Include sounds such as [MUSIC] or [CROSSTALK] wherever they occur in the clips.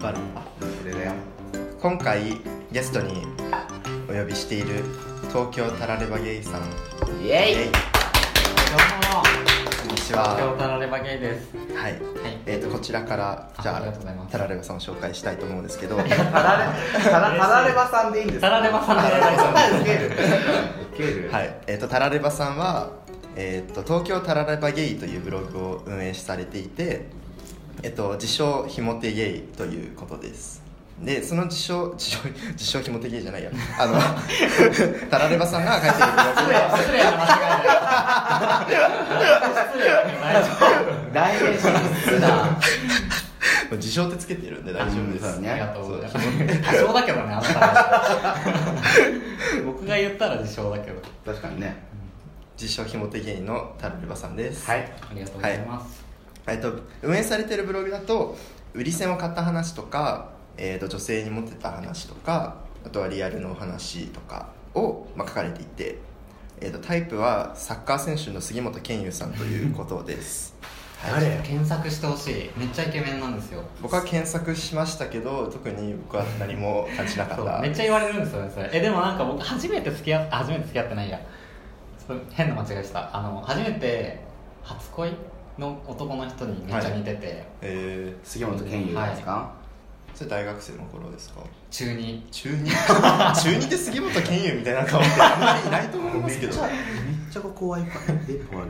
バレそれで今回ゲストにお呼びしている東京タラレバゲイさんイエイイエイどうもこんにち [LAUGHS] 東京はタラレバゲイですはい、はいえー、とこちらからじああゃりがとうございあますタラレバさんを紹介したいと思うんですけ [LAUGHS] どタラレタラタラレバさんでいいんですタかラレバさんでお願いしますウケるウケるはい、えー、とタラレバさんは、えー、と東京タラレバゲイというブログを運営されていて、えー、と自称ひもてゲイということですでその自称自称 [LAUGHS] 自称ひもてゲイじゃないやあの [LAUGHS] タラレバさんが書いているブログ失礼失礼な間違いない失礼な間違いない代名詞ミスだ自称ってつけてるんで大丈夫です、うんそうねありがとうございますそう多少だけどねあなた僕が言ったら自称だけど確かにね自称ひもて芸のタルレバさんです、はいありがとうございます、えっと、運営されてるブログだと売り線を買った話とか、えっと女性にモテた話とかあとはリアルのお話とかを、まあ、書かれていて、えっとタイプはサッカー選手の杉本健佑さんということです [LAUGHS] 誰よ検索してほしいめっちゃイケメンなんですよ僕は検索しましたけど特に僕は何も感じなかっそたうめっちゃ言われるんですよねそれえでもなんか僕初めて付き合っ初めて付き合ってないやちょっと変な間違いしたあの初めて初恋の男の人にめっちゃ似てて、えー、杉本健佑ですかそれ大学生の頃ですか中に中二 [LAUGHS] 中二で杉本健佑みたいな顔ってあんまりいないと思いますけどちゃ怖いかで怖い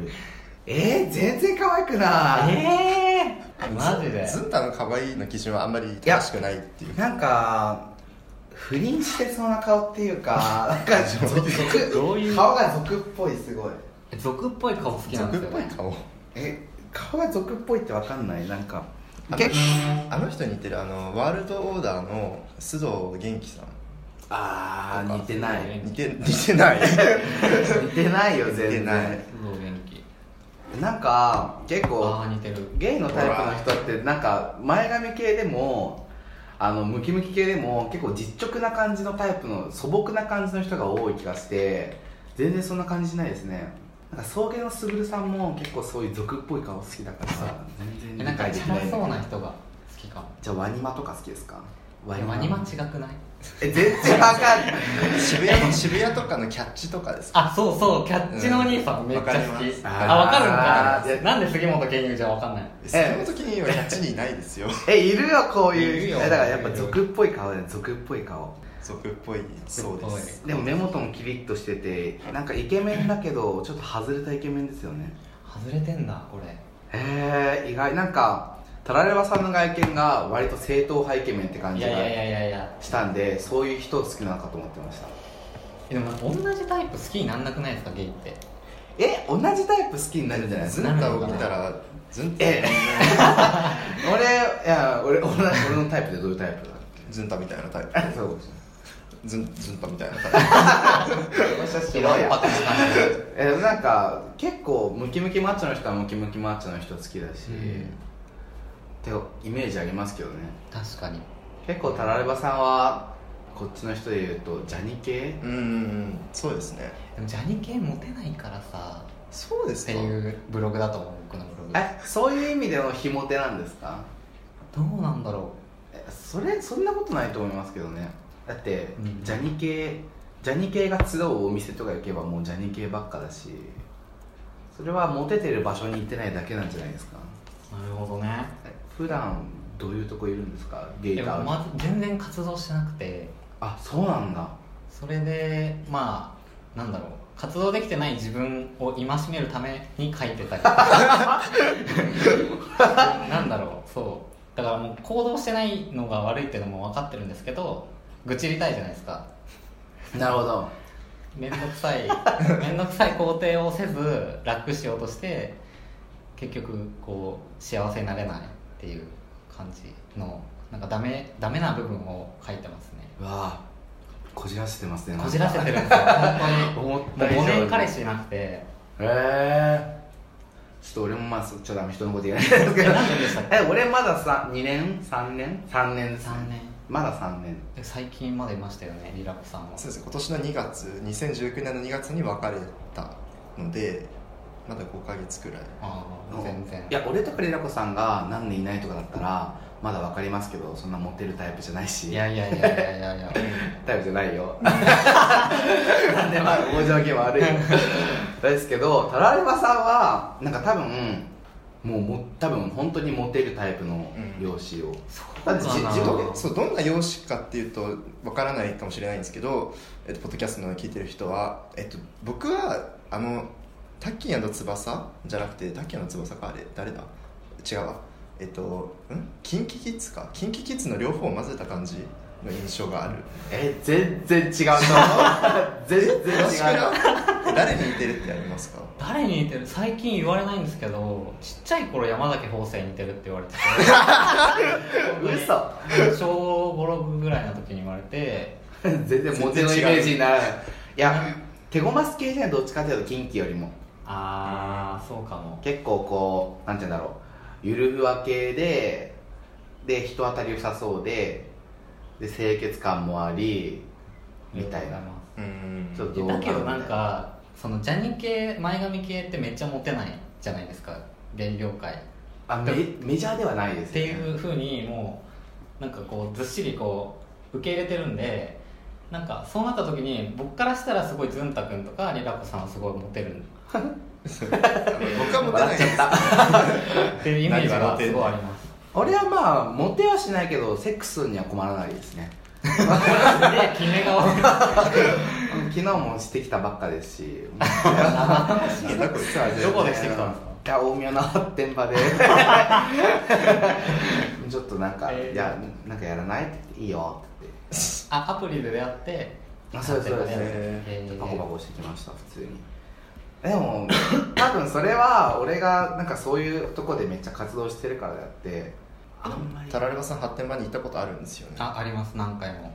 えー、全然可愛くないええマジでずんたの可愛いの基準はあんまり正しくないっていうなんか不倫してそうな顔っていうかなんか俗どういう顔が俗っぽいすごい俗っぽい顔好きなん俗でっすぽよ、い顔ね、え顔が俗っぽいってわかんないなんかあ結構のあの人に似てるあのワールドオーダーの須藤元気さんあー似てない似て似て [LAUGHS] ない似てないよ全然似てないすごい元気なんか結ああ構似てるゲイのタイプの人ってなんか前髪系でもあのムキムキ系でも結構実直な感じのタイプの素朴な感じの人が多い気がして全然そんな感じしないですねなんか草原のすぐるさんも結構そういう俗っぽい顔好きだからさ全え然なん理か解チできャなラいそうな人が好きかもじゃあワニマとか好きですかワニマ違くないえ全然わかんない渋谷渋谷とかのキャッチとかですかあそうそうキャッチのお兄さんめっちゃ好き、うんわかりますあわあかーるんかなんで杉本健佑じゃわかんない杉本健佑はキャッチにいないですよえいるよこういいるうよえだからやっぱ俗っぽい顔だよ俗っぽい顔 [LAUGHS] 俗っぽいそうですでも目元もキリッとしててなんかイケメンだけ [LAUGHS] どちょっと外れたイケメンですよね外れてんだこれへえ意外なんかタラレバさんの外見が割と正統派イケメンって感いじやがいやいやいやいやしたんでそういう人好きなのかと思ってましたでも同じタイプ好きになんなくないですかゲイってえ同じタイプ好きになるんじゃないですずかんたを見たらずんた [LAUGHS] え俺いや俺俺の俺のタイプってどういうタイプだずんたみたいなタイプそうずんずんたみたいなタイ広いパターンえなんか結構ムキムキマッチョの人はムキムキマッチョの人好きだし、ってイメージありますけどね確かに結構タラレバさんはこっちの人でいうとジャニ系プうーんそうですねでもジャニ系モテないからさそうですってかいうブログだと思う僕のブログえそういう意味でのひも手なんですかどうなんだろえそれそんなことないと思いますけどねだって、うんジャニ系ジャニ系が集うお店とか行けばもうジャニ系ばっかだしそれはモテてる場所に行ってないだけなんじゃないですかうなるほどねえ普段どういうとこいるんですかゲイでがもまず全然活動してなくてあそうなんだそれでまあなんだろう活動できてない自分を戒めるために書いてたりなんだろうそうだからもう行動してないのが悪いっていうのも分かってるんですけど愚痴りたいじゃないですかなるほど面倒くさい面倒くさい工程をせず楽しようとして結局こう幸せになれないっていう感じのなんかダメダメな部分を書いてますねわあこじらせてますねこじらせてるんですよ [LAUGHS] 本当に思っもうた以上5に年彼へ氏いなくてえちょっと俺もまあそっちゃダメ人のこと言えないですけえど何年でしたっけえ俺まださ2年3年3年ですね3年まだ3年え最近までいましたよねリラコさんはそうですね今年の2月2019年の2月に別れたのでまだ5ヶ月くらいああ全然いや俺とかれなこさんが何年いないとかだったらまだ分かりますけどそんなモテるタイプじゃないしいやいやいやいやいやいやタイプじゃない [LAUGHS] よなんでまあ往生際悪いよですけどタラレバさんはなんか多分もうも多分本当にモテるタイプの容姿を、 [LAUGHS] そうだかってじ自ど動うそうどんな容姿かっていうとわからないかもしれないんですけど、えっと、ポッドキャストの聞いてる人は、えっと、僕はあのタッキー翼じゃなくてタッキー翼かあれ誰だ違うわえっとんキンキキッズかキンキキッズの両方を混ぜた感じの印象があるえ全然違う [LAUGHS] と思う全然違う私からえ誰に似てるってありますか誰に似てる最近言われないんですけどちっちゃい頃山崎邦生に似てるって言われてて [LAUGHS] 嘘小56ぐらいの時に言われて [LAUGHS] 全然モテのイメージにならないいや手ごます系じゃないどっちかというとキンキよりもああそうかも結構こうなんて言うんだろうゆるふわ系でで人当たり良さそうでで清潔感もありみたいなうーんちょっとだけどなんかそのジャニー系前髪系ってめっちゃモテないじゃないですか減量会っあメメジャーではないですてねいうふうにもうなんかこうずっしりこう受け入れてるんでなんかそうなった時に僕からしたらすごいズンタ君とかリラコさんはすごいモテる僕はモテな笑いっちゃった [LAUGHS] っていうイメージがすごいあります俺はまあモテはしないけどセックスには困らないですねで決め顔昨日もしてきたばっか [LAUGHS] ですし [LAUGHS] なんだこいつどこでしてきたんですかいや大宮の発展場で [LAUGHS] ちょっとなんか、えいーやなんかやらないって言っていいよってあアプリで出会ってあそうですそうですへーパコパコしてきました普通にでも [LAUGHS] 多分それは俺がなんかそういうとこでめっちゃ活動してるからであってあんまりタラレバさん発展場に行ったことあるんですよねああります何回も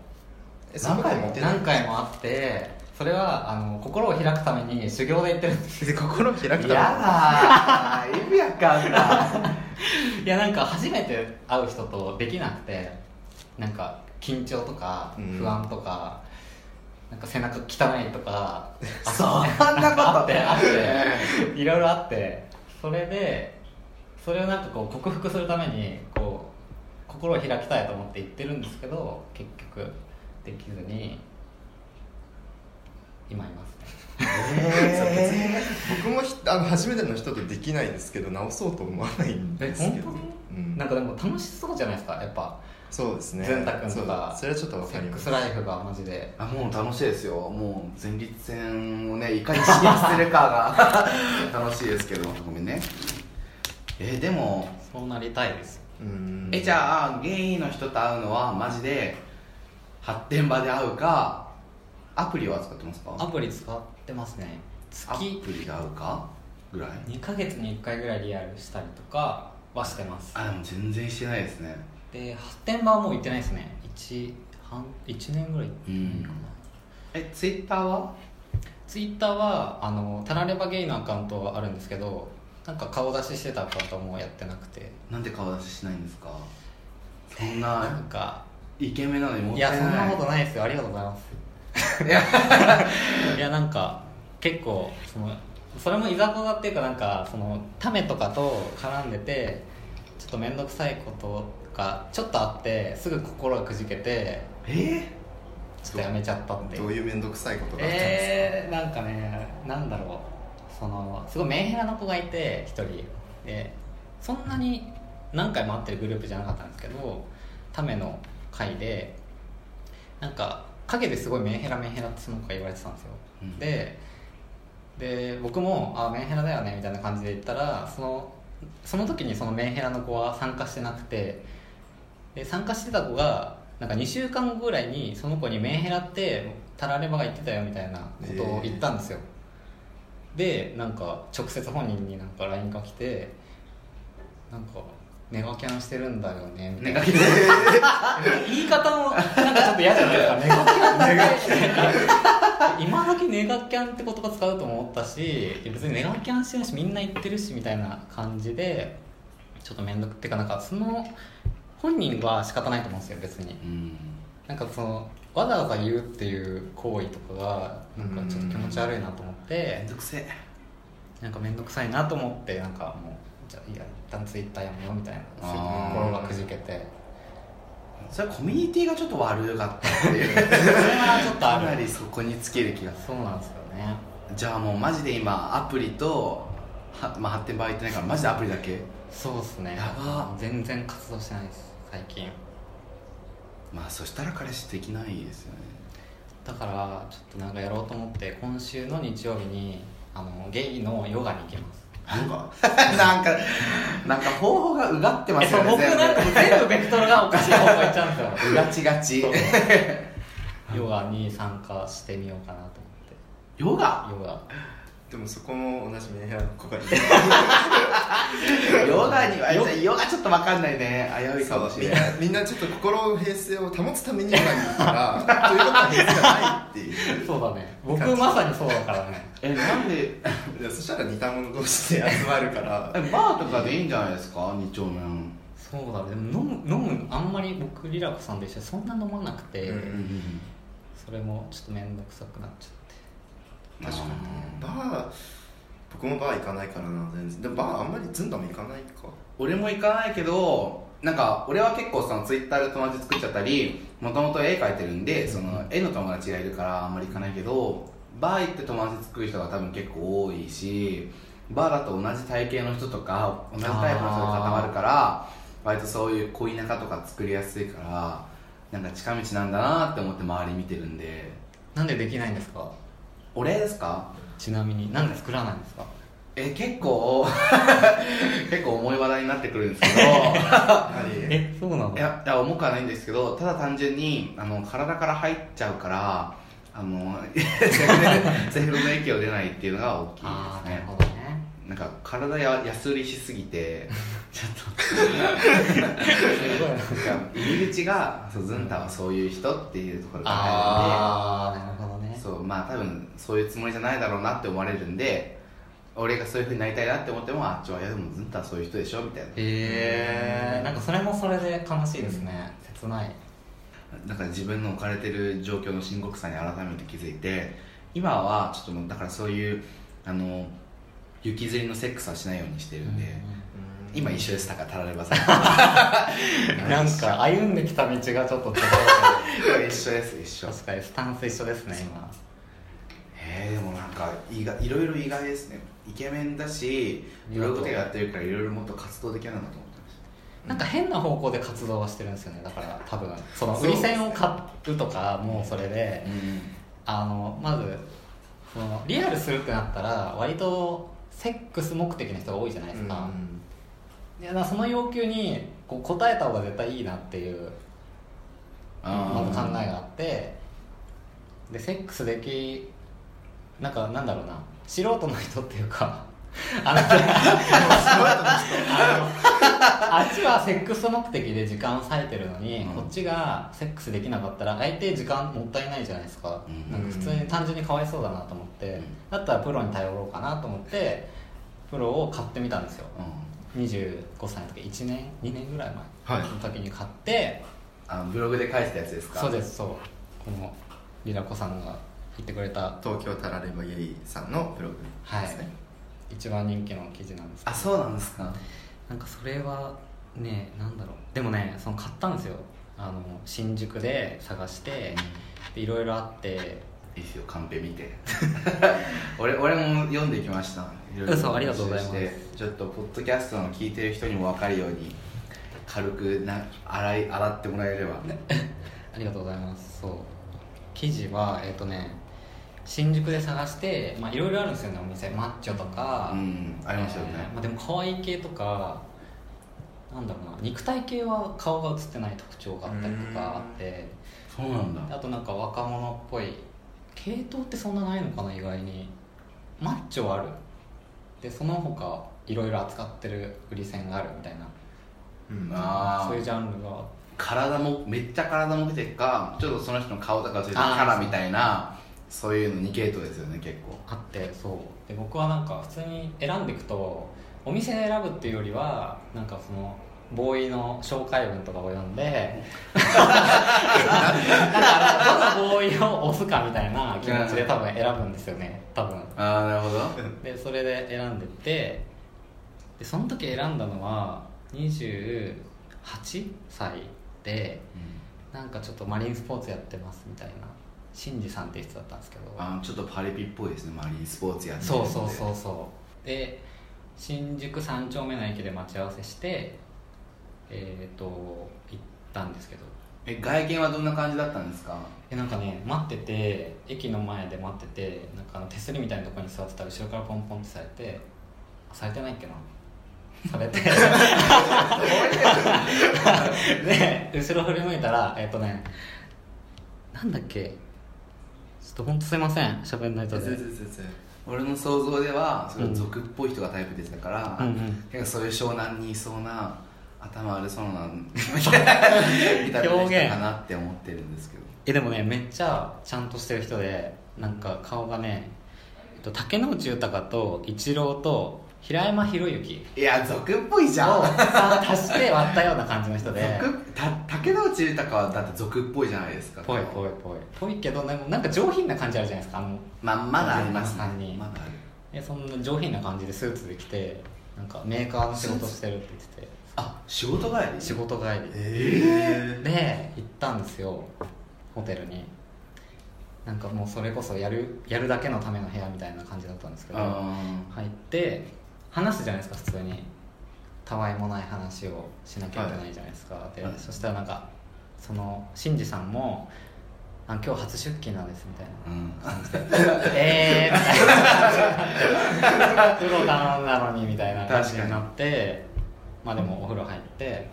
えそこでモテない何回もあってそれはあの心を開くために修行で行ってるんですで心を開やくためにだー意味わかん [LAUGHS] ないやなんか初めて会う人とできなくてなんか緊張とかうん不安とか、なんか背中汚いと [LAUGHS] かそんなこと [LAUGHS] あってあっていろいろあってそれでそれをなんかこう克服するためにこう心を開きたいと思って行ってるんですけど結局できずに今いますねえ [LAUGHS] 僕もひあの初めての人とできないんですけど直そうと思わないんえです本け当どに、うんなんかでも楽しそうじゃないですかやっぱそうですねずんたくんとかそうそれはちょっとわセかりッまクすスライフがマジでーあもう楽しいですよもう前立腺をねいかに刺激するか [LAUGHS] が楽しいですけどごめんねえーでもそうなりたいですうんえじゃあゲイの人と会うのはマジで発展場で会うかアプリは使ってますかアプリ使ってますねアプ月リで会うかぐらい2ヶ月に1回ぐらいリアルしたりとかはしてますあでも全然してないですねで発展場はもう行ってないですね 1, 半1年ぐらい行ってないかな、うんえツイッターはツイッターはあのタラレバゲイのアカウントはあるんですけどなんか顔出ししてたアカウントはもうやってなくてなんで顔出ししないんですかそんななんかイケメンなのにもっいたいなやいそんなことないですよありがとうございますいや [LAUGHS] いやなんか結構そのそれもいざこざっていうかなんかそのタメとかと絡んでてちょっと面倒くさいことがちょっとあってすぐ心がくじけてえちょっとやめちゃったっていどうういう面倒くさいことがあったんですえー、なんかねなんだろうそのすごいメンヘラの子がいて一人でそんなに何回も会ってるグループじゃなかったんですけどための会でなんか陰ですごいメンヘラメンヘラってその子が言われてたんですよ、うんでで僕も「あメンヘラだよね」みたいな感じで言ったらそのその時にそのメンヘラの子は参加してなくてで参加してた子がなんか2週間後ぐらいにその子に「メンヘラってタラレバが言ってたよ」みたいなことを言ったんですよ、でなんか直接本人になんか LINE が来てなんか「ネガキャンしてるんだよね」みたいなネガキ言い方もなんかちょっと嫌じゃないですかネガキャンネガキャン今時ネガキャンって言葉使うと思ったし別にネガキャンしてないしみんな言ってるしみたいな感じでちょっと面倒くっていうかなんかその本人は仕方ないと思うんですよ別にうんなんかそのわざわざ言うっていう行為とかがなんかちょっと気持ち悪いなと思ってめんどくせえなんか面倒くさいなと思ってなんかもうじゃあいいや一旦ツイッターやめようみたいなあー心がくじけてそれはコミュニティがちょっと悪かったっていうそれはちょっとかあなるりそこにつける気がすそうなんですよねるじゃあもうマジで今アプリとは、まあ、発展場合行ってないからマジでアプリだけそうですねやば全然活動してないです最近まあそしたら彼氏できないですよね [LAUGHS] だからちょっとなんかやろうと思って今週の日曜日にあのゲイのヨガに行きますなんかなんかなんか方法がうがってまえすそようね僕なんか全部ベクトルがおかしい方向いっちゃうんですよ全部うがちがちそうヨガに参加してみようかなとヨガ思ってヨガでもそこも同じメンヘラの子がいる [LAUGHS] ヨガにはヨガちょっと分かんないね危ういかもしみれんないなみんなちょっと心の平静を保つためにヨガに行く [LAUGHS] からということは平静じゃないっていうそうだね僕まさにそうだからねえなんでいやそしたら似た者同士で集まるからえバーとかでいいんじゃないですか二丁目そうだねでも飲む飲むあんまり僕リラコさんと一緒にそんな飲まなくて、うんそれもちょっと面倒くさくなっちゃって確かにバー僕もバー行かないからな全然でもバーあんまりずんだも行かないか俺も行かないけどなんか俺は結構そのツイッターで友達作っちゃったりもともと絵描いてるんでその絵の友達がいるからあんまり行かないけどバー行って友達作る人が多分結構多いしバーだと同じ体型の人とか同じタイプの人が固まるから割とそういう恋仲とか作りやすいからなんか近道なんだなって思って周り見てるんでなんでできないんですか俺ですかちなみになんで作らないんですかえ結構 [LAUGHS] 結構重い話題になってくるんですけどやはりえそうなのいやいや重くはないんですけどただ単純にあの体から入っちゃうからあの [LAUGHS] セフレの影響出ないっていうのが大きいああでなすねるほどねなんか体や安売りしすぎて [LAUGHS] ちょっと [LAUGHS] すごいななんか入り口がそうズンタはそういう人っていうところから入るんでああなるほどねそうまあ多分そういうつもりじゃないだろうなって思われるんで俺がそういうふうになりたいなって思ってもあっちはいやでもズンタはそういう人でしょみたいなへえんかそれもそれで悲しいですね切ないだから自分の置かれてる状況の深刻さに改めて気づいて今はちょっともうだからそういうあの行きずりのセックスはしないようにしてるんで、今一緒ですだからたらればさん [LAUGHS] なんか歩んできた道がちょっと違 [LAUGHS] うけど今一緒です一緒確かにスタンス一緒ですね今えー、でもなんか意外いろいろ意外ですねイケメンだしブログとかやってるからいろいろもっと活動できないなと思ってましなんか変な方向で活動はしてるんですよねだから多分そのそう売り線を買うとかもうそれでた、うんあのまずそのリアルするってなったら割とセックス目的の人が多いじゃないですか、いやだからその要求にこう答えた方が絶対いいなっていうまず考えがあってでセックスできなんかなんだろうな素人の人っていうか [LAUGHS] あの [LAUGHS] あっちはセックス目的で時間を割いてるのに、うんこっちがセックスできなかったら相手時間もったいないじゃないですか,、うんなんか普通に単純にかわいそうだなと思って、うんだったらプロに頼ろうかなと思ってプロを買ってみたんですようん25歳の時1年2年ぐらい前はいの時に買ってあのブログで書いてたやつですかそうですそうこのりらこさんが言ってくれた東京タラレバゲイさんのブログですね、一番人気の記事なんですけあそうなんですかどなんかそれはねなんだろうでもねその買ったんですよあの新宿で探してでいろいろあっていいですよカンペ見て [LAUGHS] 俺俺も読んできました色々嘘ありがとうございます募集してちょっとポッドキャストの聞いてる人にも分かるように軽くな洗い洗ってもらえれば、ありがとうございますそう記事はえっ、とね新宿で探してまあいろいろあるんですよねお店マッチョとか、うんありましたよね、えーまあ、でも可愛い系とかなんだろうな肉体系は顔が映ってない特徴があったりとかあってそうなんでだあとなんか若者っぽい系統ってそんなないのかな意外にマッチョはあるでその他いろいろ扱ってる売り線があるみたいなうんあそういうあジャンルが体もめっちゃ体も出てるかちょっとその人の顔とかついてるキあーャラみたいなそういうの2系統ですよね結構あってそうで僕はなんか普通に選んでいくとお店で選ぶっていうよりはなんかそのボーイの紹介文とかを読ん [LAUGHS] でなんかあのどのボーイを押すかみたいな気持ちで多分選ぶんですよね多分ああなるほどでそれで選んでってでその時選んだのは28歳でなんかちょっとマリンスポーツやってますみたいなシンジさんって人だったんですけどあのちょっとパリピっぽいですねマリンスポーツやってるんそでうそうそうそうで新宿3丁目の駅で待ち合わせしてえっ、と行ったんですけどえ外見はどんな感じだったんですかえなんかね待ってて駅の前で待っててなんかあの手すりみたいなところに座ってたら後ろからポンポンってされてあされてないっけなされて [LAUGHS] で後ろ振り向いたらえっ、とねなんだっけちょっとほんとすいません喋んないとで俺の想像ではそれ俗っぽい人がタイプですだから、うんうんなんかそういう湘南にいそうな頭悪そうな [LAUGHS] 表現かなって思ってるんですけどえでもねめっちゃちゃんとしてる人でなんか顔がね、えっと、竹野内豊と一郎と平山博之いや俗っぽいじゃをんさ足して割ったような感じの人で俗った竹野内豊はだって俗っぽいじゃないですかぽいぽいぽいぽいけどでもなんか上品な感じあるじゃないですかあのまあまだありますね三人まだあるえそんな上品な感じでスーツで来てなんかメーカーの仕事してるって言っててあ仕事帰り仕事帰りえで行ったんですよホテルになんかもうそれこそやるやるだけのための部屋みたいな感じだったんですけどあ入って話すじゃないですか普通にたわいもない話をしなきゃいけないじゃないですか、で、はいそしたらなんかその新次さんも「あ今日初出勤なんです」みたい [LAUGHS] なーうん「ええー」みたいな「風呂頼んだのに」みたいな感じになってまあでもお風呂入って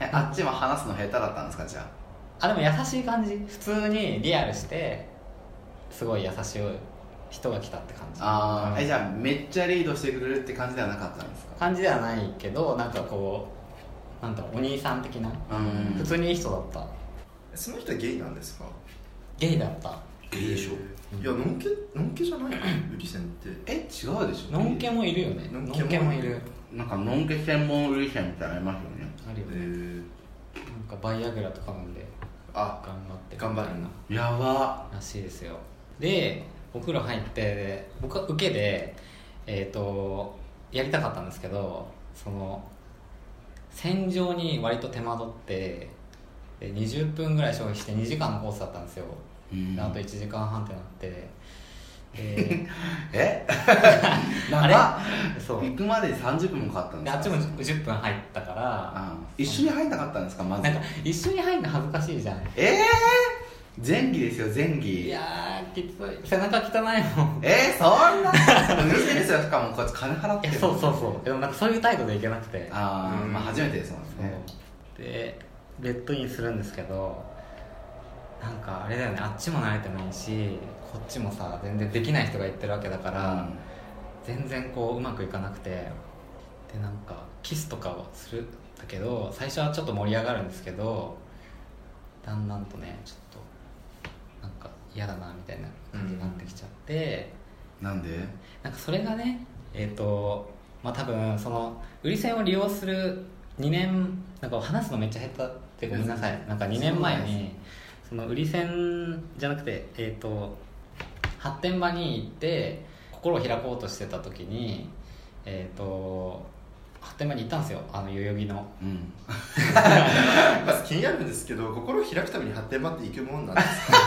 えあっちも話すの下手だったんですかじゃああでも優しい感じ普通にリアルしてすごい優しい人が来たって感じあうんーえじゃあめっちゃリードしてくれるって感じではなかったんですか感じではないけどなんかこうなんだろうお兄さん的な、うん普通にいい人だったその人ゲイなんですかゲイだったゲイでしょいやノンケノンケじゃないの売り線ってえ違うでしょノンケもいるよねノノンンケもケもいるなんかのんけ専門売り線みたいなのありますよねあるよえねー、なんかバイアグラとか飲んであ頑張って頑張るなやばらしいですよでお風呂入ってで僕は受けでえっ、とやりたかったんですけどその戦場に割と手間取ってで20分ぐらい消費して2時間のコースだったんですようんであと1時間半ってなってで [LAUGHS] え [LAUGHS] ああれそう行くまで30分もかかったんでですあかっちも10分入ったからあー一緒に入んなかったんですかまずなんか一緒に入るの恥ずかしいじゃんええー、前儀ですよ前儀いやーきつい背中汚いもんえー、そんな店ですよしかもこいつ金払っいてやるそうそうそうでもなんかそういう態度でいけなくてああ、うんまあ初めてですもんそうねでベッドインするんですけどなんかあれだよねあっちも慣れてないしこっちもさ全然できない人が言ってるわけだから、全然こううまくいかなくてでなんかキスとかをするんだけど最初はちょっと盛り上がるんですけどだんだんとねちょっとなんか嫌だなみたいな感じになってきちゃって、うんなんでなんかそれがねえっ、とまあ多分その売り線を利用する2年なんか話すのめっちゃ減ったってごめんなさいなんか2年前そうなんにその売り線じゃなくてえっ、と発展場に行って心を開こうとしてた時にえっ、と発展場に行ったんですよあの代々木の [LAUGHS] うんまず気になるんですけど心を開くために発展場って行くもんなんですか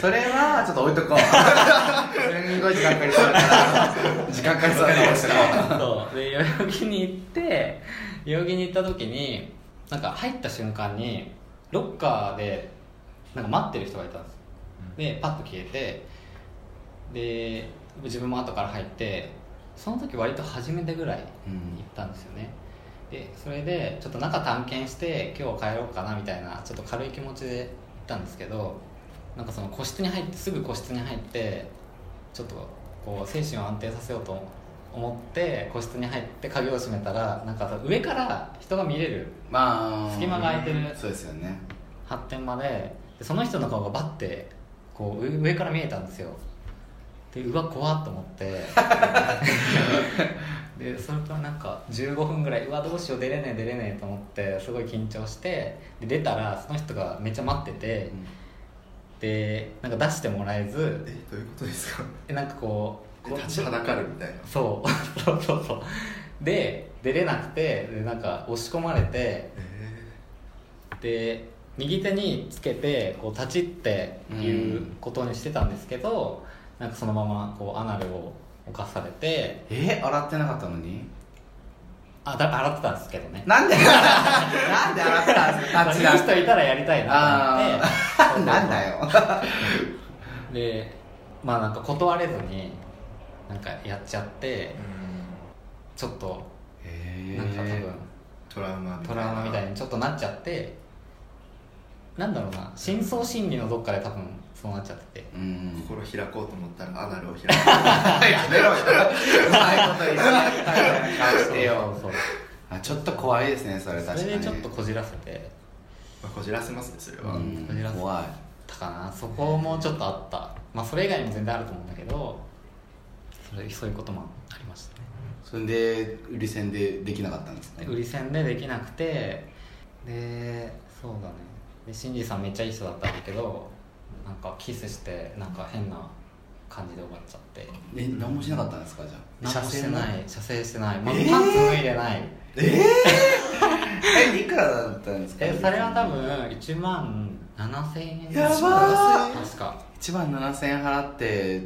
それはちょっと置いと [LAUGHS] こうすんごい時間かかりそうだ [LAUGHS] から時間かかりそうだから置いとこそうで代々木に行って代々木に行った時になんか入った瞬間にロッカーでなんか待ってる人がいたんですよでパッと消えてで自分も後から入ってその時割と初めてぐらい行 [LAUGHS] う、うんったんですよねでそれでちょっと中探検して今日帰ろうかなみたいなちょっと軽い気持ちで行ったんですけどなんかその個室に入ってすぐ個室に入ってちょっとこう精神を安定させようと思って個室に入って鍵を閉めたらなんかさ上から人が見れるまあ隙間が空いてるそうですよね発展まででその人の顔がバッてこう上上から見えたんですよでうわ怖っと思って [LAUGHS] でそれからなんか15分ぐらいうわどうしよう出れねえ出れねえと思ってすごい緊張してで出たらその人がめっちゃ待っててでなんか出してもらえずえどういうことですかでなんかこうこう立ちはだかるみたいなそうそう [LAUGHS] そうそうで出れなくてでなんか押し込まれてえで右手につけてこう立ちっていうことにしてたんですけど、なんかそのままこうアナルを犯されてえ洗ってなかったのにあだ洗ってたんですけどねなんで [LAUGHS] なんで洗ったんですかタッチいいダウン人いたらやりたいなと思ってなんだよでまあなんか断れずになんかやっちゃってちょっとへなんか多分トラウマみトラウマみたないにちょっとなっちゃってなんだろうな深層心理のどっかで多分そうなっちゃっててうん心開こうと思ったらアナルを開くやめろようまいこと言ってやったような顔してよそうあちょっと怖いですねそれそう確かそにれでちょっとこじらせてまあこじらせますねそれうはんこじらせ怖いたかなそこもちょっとあったまあそれ以外にも全然あると思うんだけどそれそういうこともありましたねそれで売り線でできなかったんですかで売り線でできなくてでそうだねで新次さんめっちゃいい人だったんだけどなんかキスしてなんか変な感じで終わっちゃってえ何もしなかったんですかじゃあ何もしてのない射精してない、まえーパンツ脱いでないえええいくらだったんですかえそれは多分1万7000円やばー確か1万7000円払って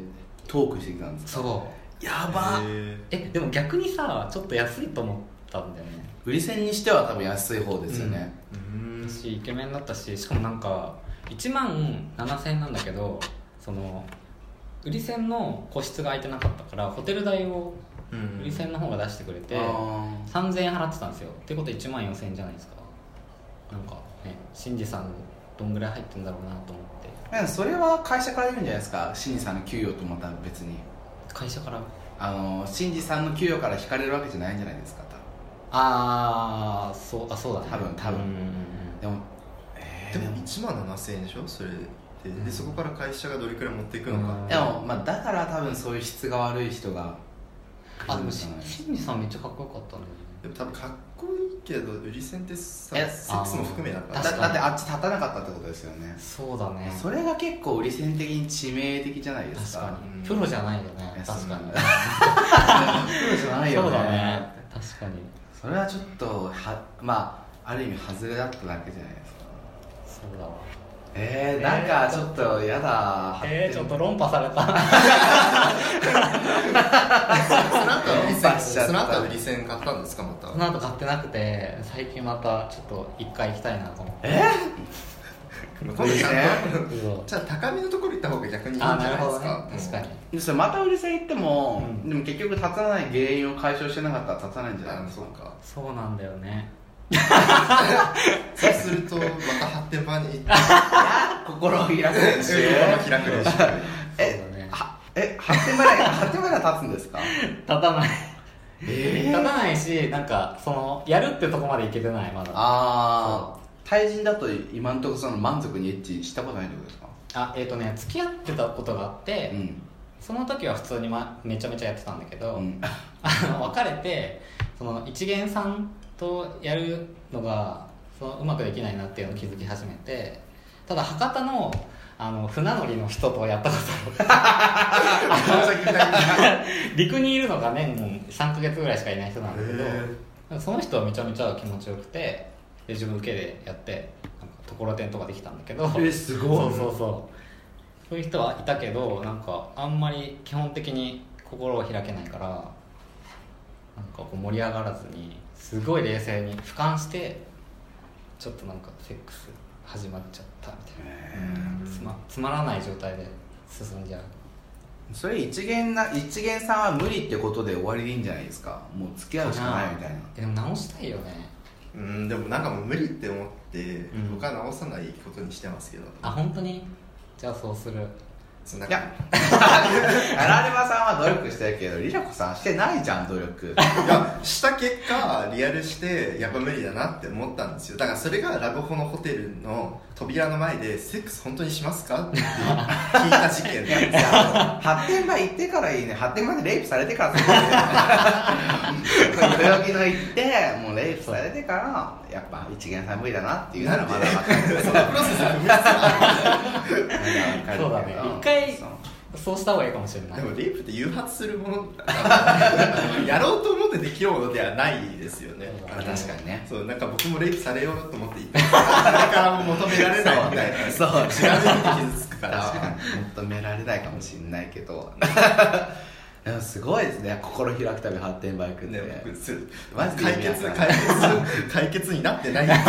トークしてきたんですかそうやばへえでも逆にさちょっと安いと思ったんだよね売り線にしては多分安い方ですよね、ーうーん私イケメンだったししかもなんか1万7000円なんだけどその売り線の個室が空いてなかったからホテル代をうん売り線の方が出してくれて、あ3000円払ってたんですよってことは1万4000円じゃないですかなんかね新次さんどんぐらい入ってんだろうなと思ってーうんそれは会社から出るんじゃないですか新次さんの給与とまた別に会社からあの新次さんの給与から引かれるわけじゃないんじゃないですかああそうあそうだね多分多分うんうんうん多分でもえーでも1万7000円でしょそれでうでんそこから会社がどれくらい持っていくのうかんでも、まあ、だから多分そういう質が悪い人があでもし新新次さんめっちゃかっこよかったねでも多分かっこいいけど売り線ってさいセやックスも含めだかだらあー確かだにってあっち立たなかったってことですよねそうだねそれが結構売り線的に致命的じゃないです確かかうんにプロじゃないよねいや確かにそん [LAUGHS] そうじゃないよねそうだね確かにそれはちょっとはまあある意味外れだっただけじゃないですかそうだわええー、ーなんかちょっとやだえー、ちょっとロ論破されたその後は売りバッシャーだ線その後は売り線買ったんですかまた [LAUGHS] その後買ってなくて最近またちょっと一回行きたいなと思ってえ今度ちゃんとそうじゃあ高めのところ行った方が逆にいいんじあゃーなないるでほすどねか確かにでそれまた売り線行っても、うんでも結局立たない原因を解消してなかったら立たないんじゃないあですそかうかそうなんだよねそうするとまた発展場に行って心を開くでしょ [LAUGHS] 開くでしょえそうだねはえ発展まで発展まで立つんです [LAUGHS] か立たないえ [LAUGHS] 立たないしなんかそのやるってとこまでいけてないまだああ対人だと今んところその満足にエッチしたことないってことですかあえっ、とね付き合ってたことがあって、うん、その時は普通に、ま、めちゃめちゃやってたんだけど、うん、 [LAUGHS] あの別れてその一元さんとやるのがそのうまくできないなっていうのを気づき始めてただ博多のあの船乗りの人とやったことある陸にいるのが年3ヶ月ぐらいしかいない人 [LAUGHS] なんだけどへなんかその人はめちゃめちゃ気持ちよくてで自分受けでやってなんかところてんとかできたんだけどえすごいそうそうそうそういう人はいたけどなんかあんまり基本的に心を開けないからなんかこう盛り上がらずにすごい冷静に俯瞰してちょっとなんかセックス始まっちゃったみたいなつまつまらない状態で進んじゃうそれ一元な一元さんは無理ってことで終わりでいいんじゃないですかもう付き合うしかないみたいなでも直したいよねうんでもなんかもう無理って思ってん僕は直さないことにしてますけどあ本当にじゃあそうするそんな [LAUGHS] いや、ラルマさんは努力してるけど、リラコさんしてないじゃん、努力。いやした結果リアルしてやっぱ無理だなって思ったんですよだからそれがラブホのホテルの扉の前で「セックス本当にしますか?」って聞いた事件なんですよ [LAUGHS] 発展場行ってからいいね。発展場でレイプされてからすごいよ代々木の行って、もうレイプされてから、やっぱ一元さん無理だな [LAUGHS] っていうならまだ [LAUGHS] 分かる。 [LAUGHS] そのプロセスが無理さそうだね一回そうそうした方がいいかもしれなでいもレイプって誘発するものやろうと思ってできるものではないですよねあ確かにねそうなんか僕もレイプされようと思っていた誰からも求められないみたいなそうそう知らないと傷つくから確かに求められないかもしんないけどでもすごいですね心開くたび発展バイクって、ね、僕すマ解ジ決で解意味わかん決解決になってないっていう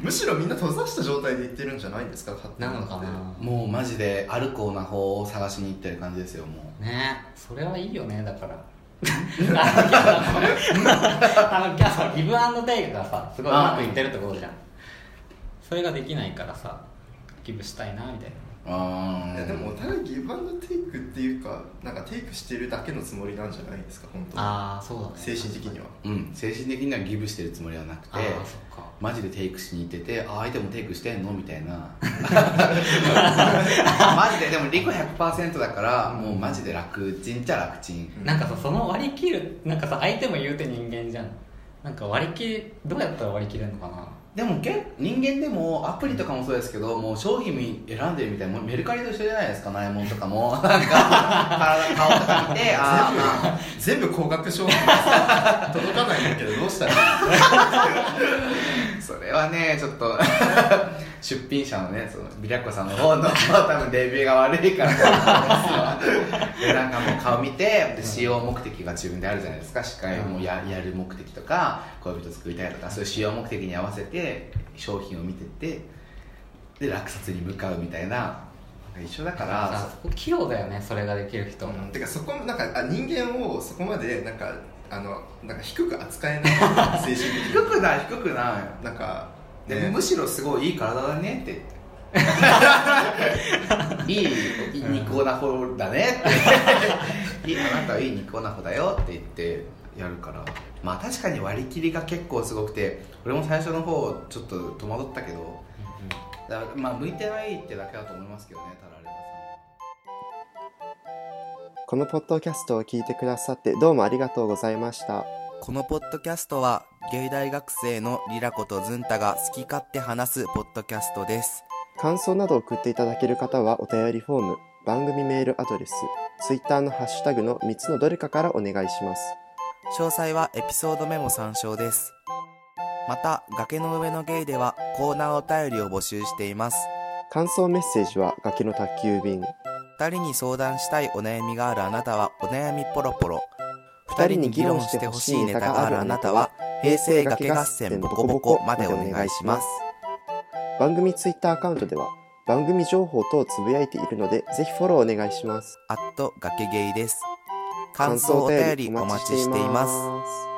むしろみんな閉ざした状態で言ってるんじゃないんですか勝手なのかなもうマジでアルコーな方を探しに行ってる感じですよもねそれはいいよねだからあのギャそうギブアンドテイクがさすごいうまくいってるってことじゃんそれができないからさギブしたいなみたいなうあいやでもお互いギブアンドテイクっていうかなんかテイクしてるだけのつもりなんじゃないですか本当にああそうだね精神的にはうん精神的にはギブしてるつもりはなくてああそっかマジでテイクしに行っててあ相手もテイクしてんのみたい [LAUGHS] なマジででもリコ100%だからもうマジで楽ちんっちゃ楽ちんなんかさその割り切るなんかさ相手も言うて人間じゃんなんか割り切りどうやったら割り切れるのかなでもけ人間でもアプリとかもそうですけど、もう商品選んでるみたいなもうメルカリと一緒じゃないですかナイモンとかもなんか体顔とか見てあーまあ全部高額商品です [LAUGHS] 届かないんだけどどうしたらいいそれはねちょっと [LAUGHS] 出品者のねそのビラコさんの方の [LAUGHS] 多分レビューが悪いからだと思うんですよでなんかもう顔見てで使用目的が自分であるじゃないですか司会もややる目的とか恋人作りたいとかそういう使用目的に合わせて商品を見てってで落札に向かうみたいななんか一緒だかさらそこ器用だよねそれができる人、うんてかそこなんかあ人間をそこまでなんかあのなんか低く扱えない精神的に低くない低くないなんか、でもむしろすごいいい体だねっ [LAUGHS] ていいいい肉をな方だねっていいあなたはいい肉をな方だよって言ってやるからまあ確かに割り切りが結構すごくて俺も最初の方ちょっと戸惑ったけどうんうんだからまあ向いてないってだけだと思いますけどねタラレバさんこのポッドキャストを聞いてくださってどうもありがとうございました。このポッドキャストは、芸大学生のリラコとズンタが好き勝手話すポッドキャストです。感想など送っていただける方はお便りフォーム、番組メールアドレス、Twitter のハッシュタグの3つのどれかからお願いします。詳細はエピソードメモ参照です。また、崖の上のゲイではコーナーお便りを募集しています。感想メッセージは崖の宅急便。二人に相談したいお悩みがあるあなたはお悩みポロポロ。二人に議論してほしいネタがあるあなたは、平成崖合戦ボコボコまでお願いします。番組 Twitter アカウントでは番組情報等をつぶやいているので、ぜひフォローお願いします。あっと崖ゲイです。感想お便りお待ちしています。す。